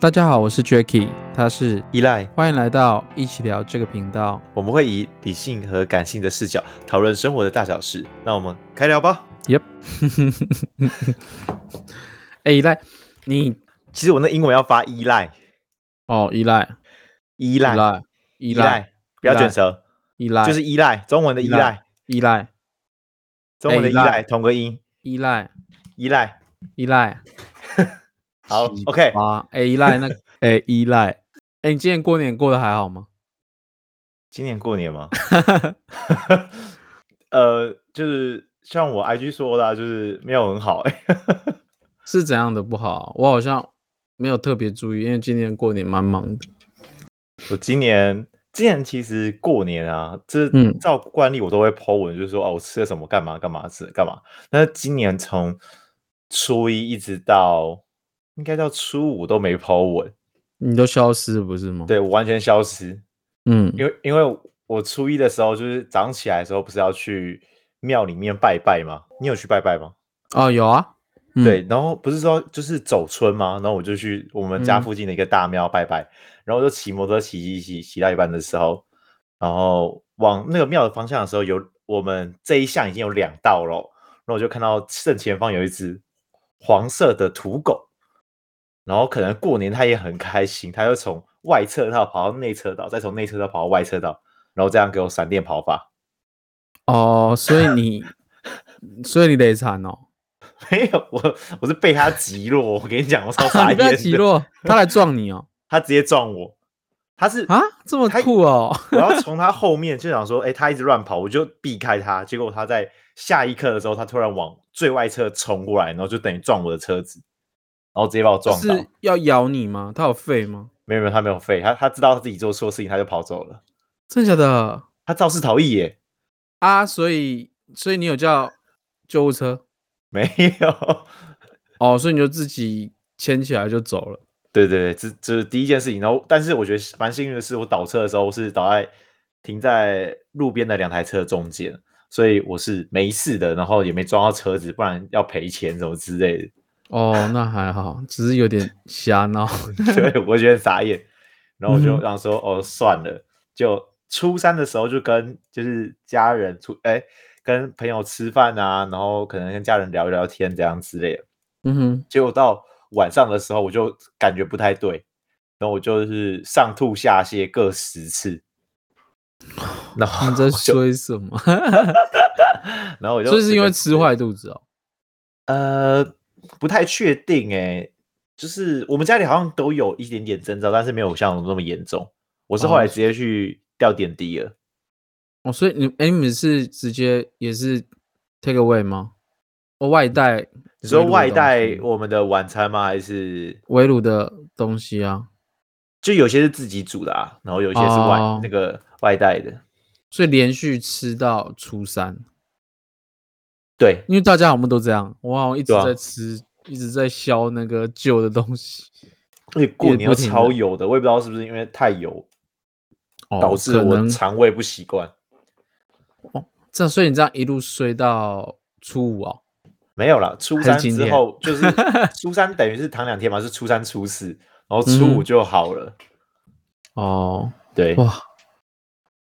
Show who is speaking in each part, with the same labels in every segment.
Speaker 1: 大家好，我是 Jacky，他是，
Speaker 2: 依赖，
Speaker 1: 欢迎来到一起聊这个频道。
Speaker 2: 我们会以理性和感性的视角讨论生活的大小事。那我们开聊吧。
Speaker 1: 哎，依赖，你
Speaker 2: 其实我那英文要发依赖，
Speaker 1: 哦，依赖，
Speaker 2: 依
Speaker 1: 依
Speaker 2: 赖，
Speaker 1: 赖，依
Speaker 2: 依
Speaker 1: 赖，
Speaker 2: 赖，不要
Speaker 1: 依赖
Speaker 2: 卷舌，
Speaker 1: 依赖，
Speaker 2: 就是依赖，中文的依
Speaker 1: 依赖
Speaker 2: 赖，
Speaker 1: 依赖，
Speaker 2: 中文的
Speaker 1: 哎
Speaker 2: 依
Speaker 1: 依赖
Speaker 2: 赖，同个音，
Speaker 1: 依赖，
Speaker 2: 依赖。
Speaker 1: 依赖。
Speaker 2: 好
Speaker 1: 奇
Speaker 2: ，OK，
Speaker 1: 啊，哎，依赖，那，哎，依赖，哎，你今年过年过得还好吗？
Speaker 2: 今年过年吗？呃，就是像我 IG 说的啊，就是没有很好、欸，
Speaker 1: 是怎样的不好？啊我好像没有特别注意，因为今年过年蛮忙的。
Speaker 2: 我今年今年其实过年啊，这
Speaker 1: 嗯
Speaker 2: 照惯例我都会 po 文，就是说哦，我吃了什么，干嘛干嘛吃了干嘛。但是今年从初一一直到应该到初五都没 po 文，
Speaker 1: 你都消失了不是吗？，
Speaker 2: 对我完全消失，
Speaker 1: 嗯，
Speaker 2: 因为因为我初一的时候就是早上起来的时候不是要去庙里面拜拜吗？你有去拜拜吗？
Speaker 1: 哦，有啊，嗯
Speaker 2: 对，然后不是说就是走村吗？然后我就去我们家
Speaker 1: 嗯
Speaker 2: 附近的一个大庙拜拜，然后我就骑摩托车骑骑骑骑到一半的时候，然后往那个庙的方向的时候，有我们这一项已经有两道了，然后我就看到正前方有一只黄色的土狗，然后可能过年它也很开心，它就从外侧道跑到内侧道，再从内侧道跑到外侧道，然后这样给我闪电跑法，
Speaker 1: 哦，所以你，所以你得惨哦。
Speaker 2: 没有我我是被它击落，我跟你讲，我超傻
Speaker 1: 你
Speaker 2: 眼
Speaker 1: 不要
Speaker 2: 的，
Speaker 1: 起落，他来撞你哦！
Speaker 2: 他直接撞我，他是
Speaker 1: 啊，这么
Speaker 2: 他
Speaker 1: 酷哦！
Speaker 2: 我 要从他后面就想说，哎、他一直乱跑，我就避开他。结果他在下一刻的时候，他突然往最外侧冲过来，然后就等于撞我的车子，然后直接把我撞倒
Speaker 1: 是。要咬你吗？他有肺吗？
Speaker 2: 没有没有，他没有废，他他知道他自己做错事情，他就跑走了。
Speaker 1: 真的假的
Speaker 2: 他肇事逃逸耶？
Speaker 1: 啊？所以，所以你有叫救护车
Speaker 2: 没有。
Speaker 1: 哦？所以你就自己牵起来就走了。
Speaker 2: 对对对，这这是第一件事情。然后，但是我觉得蛮幸运的是，我倒车的时候是倒在停在路边的两台车中间，所以我是没事的，然后也没撞到车子，不然要赔钱什么之类的。
Speaker 1: 哦，那还好，只是有点瞎闹。
Speaker 2: 对，我觉得傻眼。然后我
Speaker 1: 嗯
Speaker 2: 就
Speaker 1: 哼
Speaker 2: 让说、哦算了，就初三的时候就跟就是家人出哎跟朋友吃饭啊，然后可能跟家人聊一聊天这样之类的。
Speaker 1: 嗯哼，
Speaker 2: 结果到晚上的时候，我就感觉不太对，然后我就是上吐下泻各十次，然后
Speaker 1: 你在
Speaker 2: 我就，
Speaker 1: 说什么？
Speaker 2: 然后我就
Speaker 1: 所以是
Speaker 2: 整
Speaker 1: 因
Speaker 2: 个
Speaker 1: 为吃坏肚子哦。
Speaker 2: 呃，不太确定哎、就是我们家里好像都有一点点征兆，但是没有像我那么严重。我是后
Speaker 1: 哦
Speaker 2: 来直接去吊点滴了，
Speaker 1: 哦，所以你哎，你们是直接也是 take away 吗？哦，外带
Speaker 2: 你说
Speaker 1: 围炉的
Speaker 2: 外
Speaker 1: 东
Speaker 2: 带
Speaker 1: 西
Speaker 2: 我们的晚餐吗？还是
Speaker 1: 围炉的东西啊？
Speaker 2: 就有些是自己煮的啊，然后有一些是外、
Speaker 1: 哦
Speaker 2: 那个外带的。
Speaker 1: 所以连续吃到初三，
Speaker 2: 对，
Speaker 1: 因为大家好像都这样，我好像一直
Speaker 2: 对啊
Speaker 1: 在吃，一直在削那个旧的东西，
Speaker 2: 而且过
Speaker 1: 也
Speaker 2: 年
Speaker 1: 不
Speaker 2: 又
Speaker 1: 停
Speaker 2: 超
Speaker 1: 的
Speaker 2: 油的，我也不知道是不是因为太油
Speaker 1: 哦
Speaker 2: 导致
Speaker 1: 可
Speaker 2: 我
Speaker 1: 能
Speaker 2: 肠胃不习惯。
Speaker 1: 这样，所以你这样一路睡到初五哦，
Speaker 2: 没有啦，初
Speaker 1: 还是
Speaker 2: 三
Speaker 1: 今
Speaker 2: 之
Speaker 1: 天
Speaker 2: 后就是初三等于是躺两天嘛，是初三初四，然后初
Speaker 1: 嗯
Speaker 2: 五就好了。
Speaker 1: 哦，
Speaker 2: 对，
Speaker 1: 哇，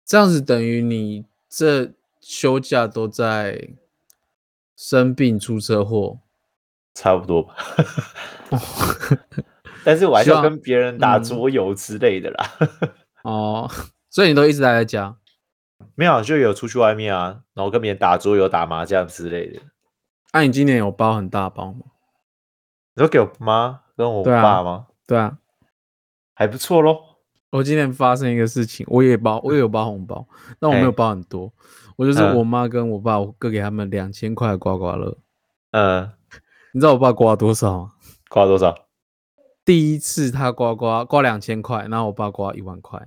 Speaker 1: 这样子等于你这休假都在生病、出车祸，
Speaker 2: 差不多吧。但是我还
Speaker 1: 希
Speaker 2: 是要
Speaker 1: 望
Speaker 2: 跟别人打
Speaker 1: 嗯
Speaker 2: 桌游之类的啦。
Speaker 1: 哦， 所以你都一直待在家，
Speaker 2: 没有，啊就有出去外面啊，然后跟别人打桌游、打麻将之类的。
Speaker 1: 那、啊你今年有包很大包吗？
Speaker 2: 你说给我妈跟我
Speaker 1: 对啊
Speaker 2: 爸吗？
Speaker 1: 对啊，
Speaker 2: 还不错咯。
Speaker 1: 我今天发生一个事情，我也包，我也有包红包，但我没有
Speaker 2: 嘿
Speaker 1: 包很多，我就是
Speaker 2: 嗯
Speaker 1: 我妈跟我爸，我各给他们两千块的刮刮乐。
Speaker 2: 嗯，
Speaker 1: 你知道我爸刮多少吗？
Speaker 2: 花多 少？
Speaker 1: 第一次他刮刮刮两千块，然后我爸刮一万 块，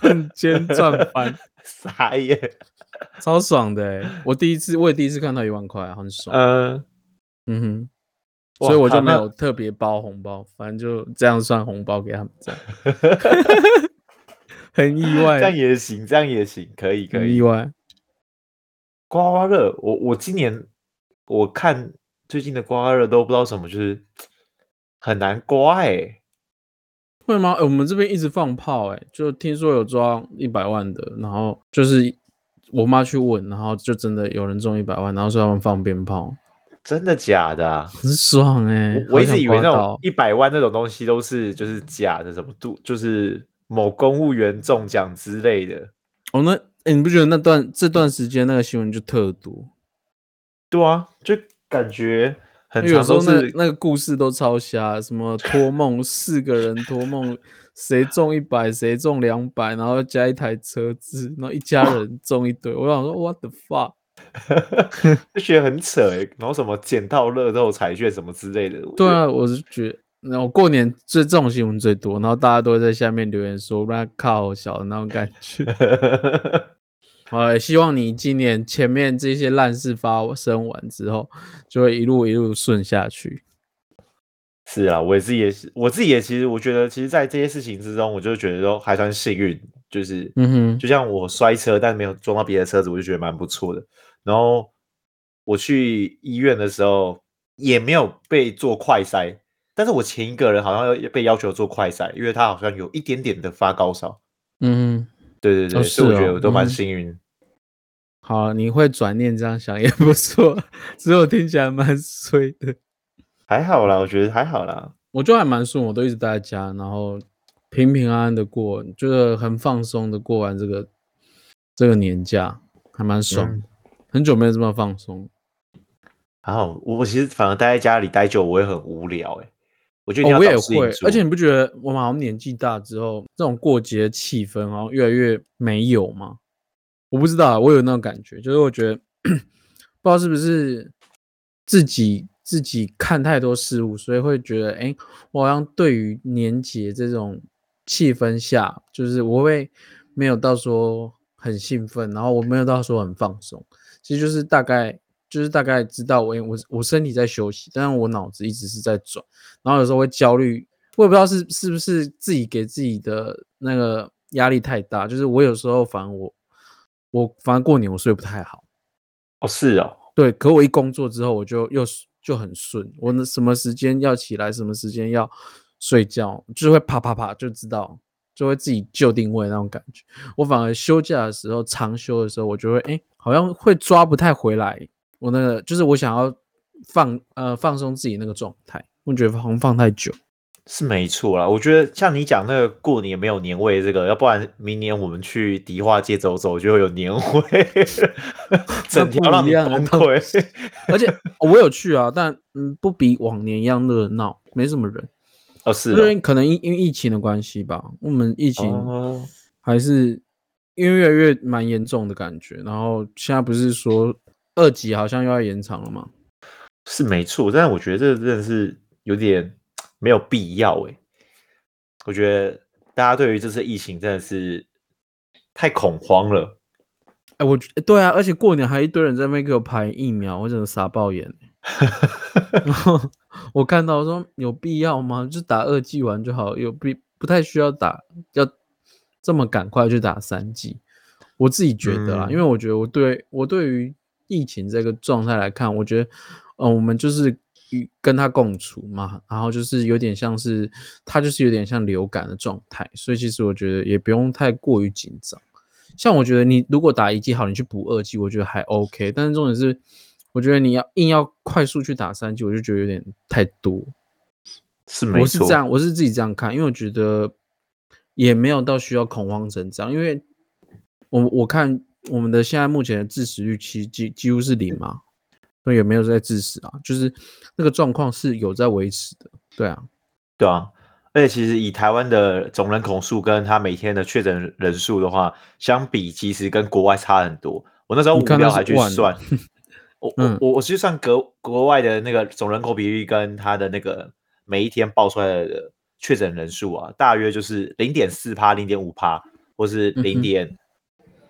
Speaker 1: 瞬间赚翻，
Speaker 2: 傻眼。
Speaker 1: 超爽的、欸！我第一次，我也第一次看到一万块，啊很爽。
Speaker 2: 嗯，
Speaker 1: 嗯哼，
Speaker 2: 哇
Speaker 1: 所以我就
Speaker 2: 靠
Speaker 1: 没
Speaker 2: 那
Speaker 1: 有特别包红包，反正就这样算红包给他们， 这样 很意
Speaker 2: 这样
Speaker 1: 外，
Speaker 2: 也行，这样也行，可以可
Speaker 1: 很意
Speaker 2: 以。
Speaker 1: 外。
Speaker 2: 刮刮乐，我我今年我看最近的刮刮乐都不知道什么，就是很难刮哎、
Speaker 1: 会吗？欸我们这边一直放炮、欸，哎，就听说有抓一百万的，然后就是我妈去问，然后就真的有人中一百万，然后说他们放鞭炮，
Speaker 2: 真的假的、啊？
Speaker 1: 很爽哎、欸！
Speaker 2: 我我一
Speaker 1: 好想
Speaker 2: 直以为
Speaker 1: 刮
Speaker 2: 那种
Speaker 1: 到
Speaker 2: 一百万那种东西都是就是假的，什么度就是某公务员中奖之类的。
Speaker 1: 哦，那、欸、你不觉得那段这段时间那个新闻就特多？
Speaker 2: 对啊，就感觉很
Speaker 1: 因为有
Speaker 2: 常
Speaker 1: 时候
Speaker 2: 都
Speaker 1: 那
Speaker 2: 是
Speaker 1: 那个故事都超瞎，什么托梦四个人托梦，谁中一百谁中两百，然后加一台车子，然后一家人中一堆。我想说 what the fuck，
Speaker 2: 就觉得很扯哎、然后什么捡到乐透彩券什么之类的。我
Speaker 1: 对
Speaker 2: 觉得，
Speaker 1: 啊，我是觉得。然后过年最这种新闻最多，然后大家都会在下面留言说“那靠小”的那种感觉。 呃，希望你今年前面这些烂事发生完之后，就会一路一路顺下去。
Speaker 2: 是啊，我自己也是，我自己也其实我觉得，其实，在这些事情之中，我就觉得都还算幸运，就是
Speaker 1: 嗯哼，
Speaker 2: 就像我摔车，但没有撞到别的车子，我就觉得蛮不错的。然后我去医院的时候也没有被做快筛，但是我前一个人好像要被要求做快筛，因为他好像有一点点的发高烧。
Speaker 1: 嗯哼。
Speaker 2: 对对对，
Speaker 1: 哦
Speaker 2: 所以我
Speaker 1: 是哦
Speaker 2: 觉得我都蛮
Speaker 1: 嗯
Speaker 2: 幸运。
Speaker 1: 好，你会转念这样想也不错，只是我听起来蛮衰的。
Speaker 2: 还好啦，我觉得还好啦。
Speaker 1: 我就还蛮顺，我都一直待在家，然后平平安安的过，就是很放松的过完这个这个年假，还蛮爽的。
Speaker 2: 嗯
Speaker 1: 很久没有这么放松，
Speaker 2: 还好，我我其实反而待在家里待久，我也很无聊哎、我觉得
Speaker 1: 哦，
Speaker 2: 你要
Speaker 1: 我也
Speaker 2: 找事
Speaker 1: 会
Speaker 2: 情。做
Speaker 1: 而且你不觉得我们好像年纪大之后，这种过节气氛好像越来越没有吗？我不知道啊，我有那种感觉，就是我觉得 不知道是不是自己自己看太多事物，所以会觉得，哎、我好像对于年节这种气氛下，就是我会没有到说很兴奋，然后我没有到说很放松，其实就是大概就是大概知道我我我身体在休息，但是我脑子一直是在转。然后有时候会焦虑，我也不知道是是不是自己给自己的那个压力太大，就是我有时候反正我我反正过年我睡不太好，
Speaker 2: 哦，是哦，
Speaker 1: 对，可我一工作之后我就又是就很顺，我那什么时间要起来，什么时间要睡觉，就是会啪啪啪就知道。就会自己就定位那种感觉，我反而休假的时候，长休的时候，我就会哎、诶好像会抓不太回来。我那个就是我想要放呃放松自己那个状态，我觉得好像放太久。
Speaker 2: 是没错啦。我觉得像你讲那个过年没有年味这个，要不然明年我们去迪化街走走就会有年味， 整
Speaker 1: 不
Speaker 2: 条让
Speaker 1: 一
Speaker 2: 你
Speaker 1: 样啊的
Speaker 2: 崩
Speaker 1: 东
Speaker 2: 溃。
Speaker 1: 而且我有去啊，但嗯，不比往年一样热闹，没什么人。
Speaker 2: 哦，是
Speaker 1: 因为
Speaker 2: 哦，
Speaker 1: 可能因因为疫情的关系吧，我们疫情
Speaker 2: 哦
Speaker 1: 还是因为越来越蛮严重的感觉。然后现在不是说二级好像又要延长了吗？
Speaker 2: 是没错，但是我觉得这真的是有点没有必要哎、我觉得大家对于这次疫情真的是太恐慌了。
Speaker 1: 哎、我觉对啊，而且过年还一堆人在那边给我排疫苗，我真的傻爆眼。欸然后我看到我说有必要吗？就打二剂完就好，有必不太需要打，要这么赶快去打三剂。我自己觉得啦，因为我觉得我对我对于疫情这个状态来看，我觉得，呃，我们就是与跟它共处嘛，然后就是有点像是它就是有点像流感的状态，所以其实我觉得也不用太过于紧张。像我觉得你如果打一剂好，你去补二剂，我觉得还 OK。但是重点是，我觉得你要硬要快速去打三剂，我就觉得有点太多。
Speaker 2: 是
Speaker 1: 我
Speaker 2: 没
Speaker 1: 是
Speaker 2: 错，
Speaker 1: 这样，我是自己这样看，因为我觉得也没有到需要恐慌成这样，因为我我看我们的现在目前的致死率其实几几乎是零嘛，所以也没有在致死啊，就是那个状况是有在维持的，对啊，
Speaker 2: 对啊，而且其实以台湾的总人口数跟他每天的确诊人数的话，相比其实跟国外差很多。我那时候
Speaker 1: 你
Speaker 2: 无
Speaker 1: 看那
Speaker 2: 聊
Speaker 1: 是
Speaker 2: 还去
Speaker 1: 万
Speaker 2: 算， 我我
Speaker 1: 嗯
Speaker 2: 我我去算国国外的那个总人口比率跟他的那个每一天报出来的确诊人数啊，大约就是零点四趴、零点五趴，或是
Speaker 1: 嗯哼
Speaker 2: 零点、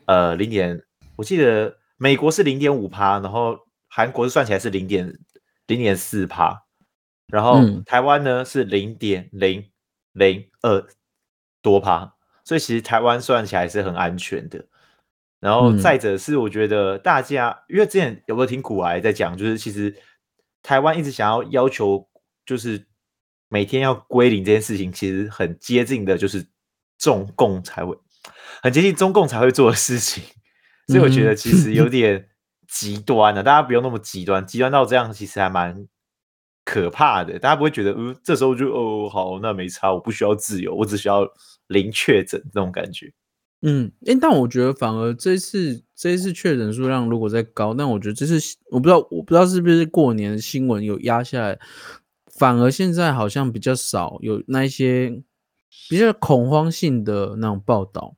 Speaker 2: 呃零点，我记得美国是零点五趴，然后韩国算起来是零点零点四趴，然后
Speaker 1: 嗯
Speaker 2: 台湾呢是零点零零二多趴，所以其实台湾算起来是很安全的。然后
Speaker 1: 嗯
Speaker 2: 再者是，我觉得大家因为之前有没有听古癌在讲，就是其实台湾一直想要要求，就是每天要归零这件事情，其实很接近的，就是中共才会很接近中共才会做的事情。所以我觉得
Speaker 1: 嗯
Speaker 2: 其实有点极端的、啊大家不用那么极端，极端到这样其实还蛮可怕的。大家不会觉得，嗯，这时候就哦好，那没差，我不需要自由，我只需要零确诊那种感觉。
Speaker 1: 嗯，诶，但我觉得反而这次这一次确诊数量如果再高，但我觉得这次我不知道我不知道是不是过年新闻有压下来，反而现在好像比较少有那一些比较恐慌性的那种报道，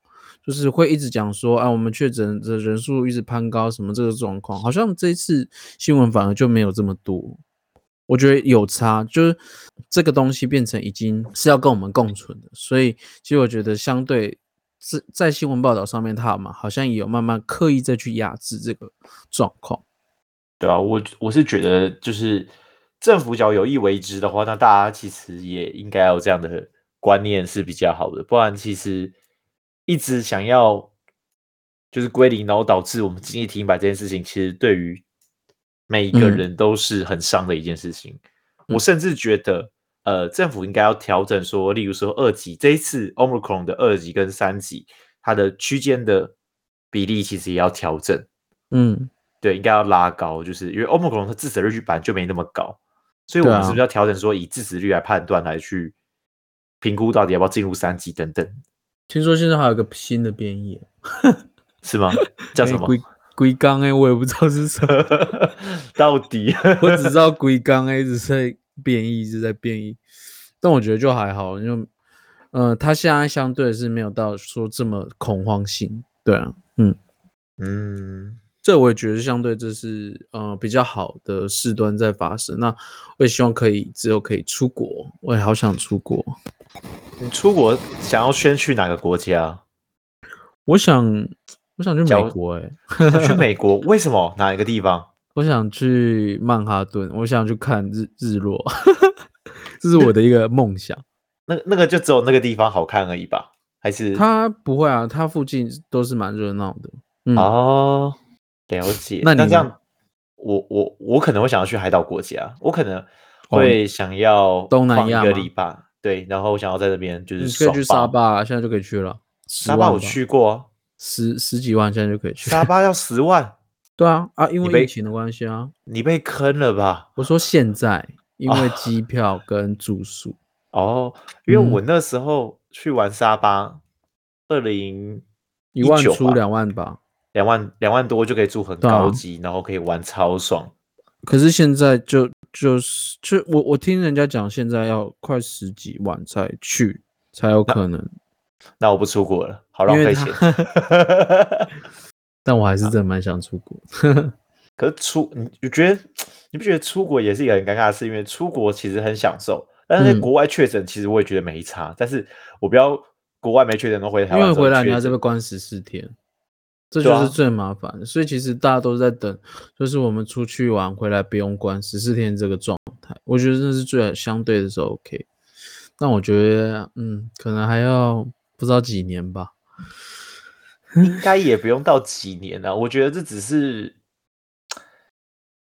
Speaker 1: 就是会一直讲说啊，我们确诊的人数一直攀高，什么这个状况，好像这一次新闻反而就没有这么多。我觉得有差，就是这个东西变成已经是要跟我们共存的，所以其实我觉得相对是在新闻报道上面，他们好像也有慢慢刻意再去压制这个状况。
Speaker 2: 对啊，我我是觉得就是政府只要有意为之的话，那大家其实也应该有这样的观念是比较好的，不然其实一直想要就是归零，然后导致我们经济停摆这件事情，其实对于每一个
Speaker 1: 嗯
Speaker 2: 人都是很伤的一件事情。
Speaker 1: 嗯
Speaker 2: 我甚至觉得，呃，政府应该要调整说，例如说二级这一次 Omicron 的二级跟三级，它的区间的比例其实也要调整。
Speaker 1: 嗯，
Speaker 2: 对，应该要拉高，就是因为欧盟可能它致死率本来就没那么高，所以我
Speaker 1: 对
Speaker 2: 们是
Speaker 1: 啊
Speaker 2: 不是要调整说以致死率来判断，来去评估到底要不要进入三级等等，
Speaker 1: 听说现在还有个新的哎变异，
Speaker 2: 是吗？叫
Speaker 1: 诶
Speaker 2: 什么？
Speaker 1: 龟龟缸哎，我也不知道是什么，
Speaker 2: 到底
Speaker 1: 我只知道龟缸哎一直在变异，一直在变异。但我觉得就还好，因为嗯，它现在相对是没有到说这么恐慌性，对啊，嗯。
Speaker 2: 嗯，
Speaker 1: 这我也觉得相对这是呃比较好的事端在发生。那我也希望可以之后可以出国，我也好想出国。
Speaker 2: 你出国想要先去哪个国家？
Speaker 1: 我想，我想去
Speaker 2: 假
Speaker 1: 美
Speaker 2: 如
Speaker 1: 国、欸，诶，
Speaker 2: 想去美国？ 为什么？哪一个地方？
Speaker 1: 我想去曼哈顿，我想去看日日落， 这是我的一个梦想。
Speaker 2: 那那个就只有那个地方好看而已吧？还是
Speaker 1: 它不会啊，它附近都是蛮热闹的。嗯，
Speaker 2: 哦，了解。
Speaker 1: 那你
Speaker 2: 这
Speaker 1: 呢
Speaker 2: 样，我我我可能会想要去海岛国家，我可能
Speaker 1: 哦
Speaker 2: 会想要
Speaker 1: 东南
Speaker 2: 放一
Speaker 1: 亚
Speaker 2: 个
Speaker 1: 吗
Speaker 2: 礼拜，对，然后我想要在这边就
Speaker 1: 你
Speaker 2: 是
Speaker 1: 可以去沙
Speaker 2: 爽吧，
Speaker 1: 巴、啊，现在就可以去了。10
Speaker 2: 沙
Speaker 1: 万
Speaker 2: 巴我
Speaker 1: 吧，
Speaker 2: 去过啊，
Speaker 1: 十十几万，现在就可以去。
Speaker 2: 沙巴要十万，
Speaker 1: 对啊，啊，因
Speaker 2: 你
Speaker 1: 为
Speaker 2: 被
Speaker 1: 疫情的关系啊。
Speaker 2: 你被坑了吧？
Speaker 1: 我说现在，因为
Speaker 2: 啊
Speaker 1: 机票跟住宿，
Speaker 2: 哦，因为我
Speaker 1: 嗯
Speaker 2: 那时候去玩沙巴，二零
Speaker 1: 一万
Speaker 2: 19
Speaker 1: 出
Speaker 2: 吧
Speaker 1: 两万吧。
Speaker 2: 两万两万多就可以住很
Speaker 1: 对啊
Speaker 2: 高级，然后可以玩超爽。
Speaker 1: 可是现在就就是就我我听人家讲，现在要快十几万才去才有可能，
Speaker 2: 那我不出国了，好浪
Speaker 1: 因为
Speaker 2: 费
Speaker 1: 他
Speaker 2: 钱。
Speaker 1: 但我还是真的蛮想出国。
Speaker 2: 可是出，你你觉得你不觉得出国也是一个很尴尬的事？因为出国其实很享受，但是在
Speaker 1: 嗯
Speaker 2: 国外确诊，其实我也觉得没差。但是我不要国外没确诊，然后回 台
Speaker 1: 因为
Speaker 2: 湾的时候
Speaker 1: 回来
Speaker 2: 确
Speaker 1: 你还是被
Speaker 2: 诊
Speaker 1: 关十四天，这
Speaker 2: 对
Speaker 1: 就
Speaker 2: 啊
Speaker 1: 是最麻烦的。所以其实大家都在等，就是我们出去玩回来不用关十四天这个状态，我觉得这是最相对的是 OK。但我觉得，嗯，可能还要不知道几年吧。
Speaker 2: 应该也不用到几年了、我觉得这只是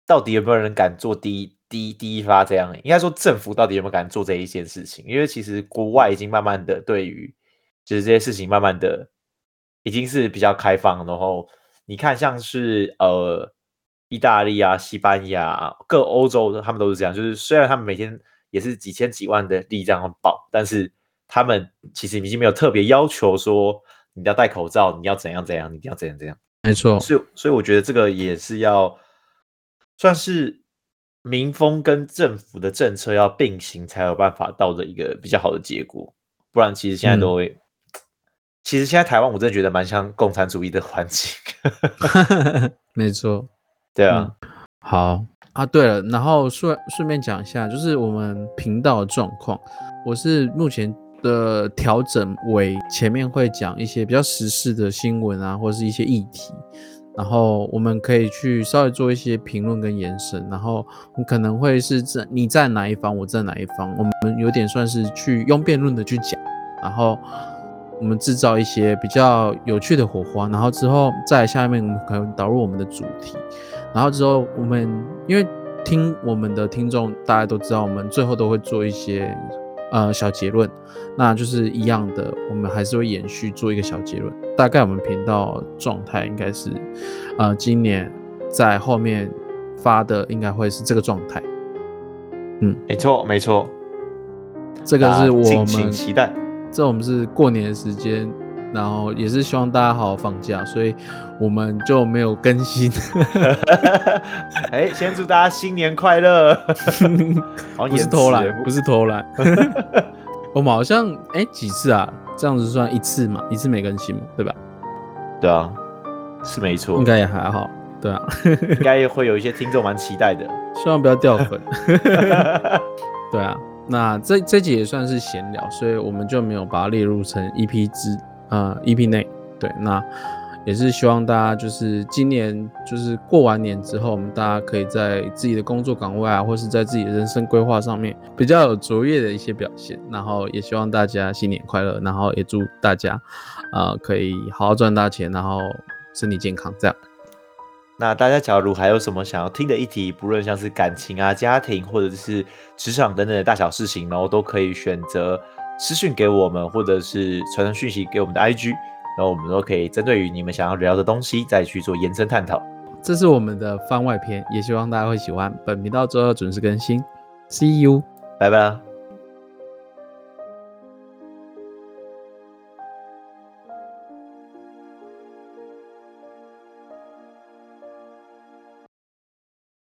Speaker 2: 到底有没有人敢做第一第一第一发这样？应该说政府到底有没有敢做这一件事情？因为其实国外已经慢慢的对于就是这些事情慢慢的已经是比较开放，然后你看像是呃意大利啊、西班牙啊各欧洲的他们都是这样，就是虽然他们每天也是几千几万的例这样报，但是他们其实已经没有特别要求说你要戴口罩，你要怎样怎样，你一定要怎样怎样。
Speaker 1: 没错，
Speaker 2: 所以所以我觉得这个也是要算是民风跟政府的政策要并行，才有办法到的一个比较好的结果。不然其实现在
Speaker 1: 嗯
Speaker 2: 都会，其实现在台湾我真的觉得蛮像共产主义的环境。
Speaker 1: 没错。
Speaker 2: 对啊，
Speaker 1: 嗯好啊，对了，然后顺顺便讲一下，就是我们频道的状况，我是目前的调整为前面会讲一些比较时事的新闻啊，或是一些议题，然后我们可以去稍微做一些评论跟延伸，然后我可能会是在你在哪一方，我在哪一方，我们有点算是去用辩论的去讲，然后。我们制造一些比较有趣的火花，然后之后在下面我们可能导入我们的主题，然后之后我们因为听我们的听众大家都知道，我们最后都会做一些呃小结论，那就是一样的，我们还是会延续做一个小结论。大概我们频道状态应该是，呃，今年在后面发的应该会是这个状态，
Speaker 2: 没错没 错，
Speaker 1: 这
Speaker 2: 这
Speaker 1: 个是我
Speaker 2: 敬请
Speaker 1: 们
Speaker 2: 期待。
Speaker 1: 这我们是过年的时间，然后也是希望大家好好放假，所以我们就没有更 新。
Speaker 2: 哎，先祝大家新年快乐！好像
Speaker 1: 不是
Speaker 2: 延
Speaker 1: 偷
Speaker 2: 迟耶
Speaker 1: 懒，不是偷 懒。我们好像哎、几次啊？这样子算一次嘛？一次没更新嘛？对吧？
Speaker 2: 对啊，是没错，
Speaker 1: 应
Speaker 2: 应该
Speaker 1: 该也还好，对啊。
Speaker 2: 应该会有一些听众蛮期待的。
Speaker 1: 希望不要掉粉。对啊，那这这集也算是闲聊，所以我们就没有把它列入成 EP 之呃 EP 内。对，那也是希望大家就是今年就是过完年之后，我们大家可以在自己的工作岗位啊，或是在自己的人生规划上面比较有卓越的一些表现。然后也希望大家新年快乐，然后也祝大家呃可以好好赚大钱，然后身体健康这样。
Speaker 2: 那大家假如还有什么想要听的议题，不论像是感情啊、家庭或者是职场等等的大小事情，然后都可以选择私讯给我们，或者是传送讯息给我们的 IG，然后我们都可以针对于你们想要聊的东西再去做延伸探讨。
Speaker 1: 这是我们的番外篇，也希望大家会喜欢。本频道周二准时更新，See you。
Speaker 2: 拜拜啦。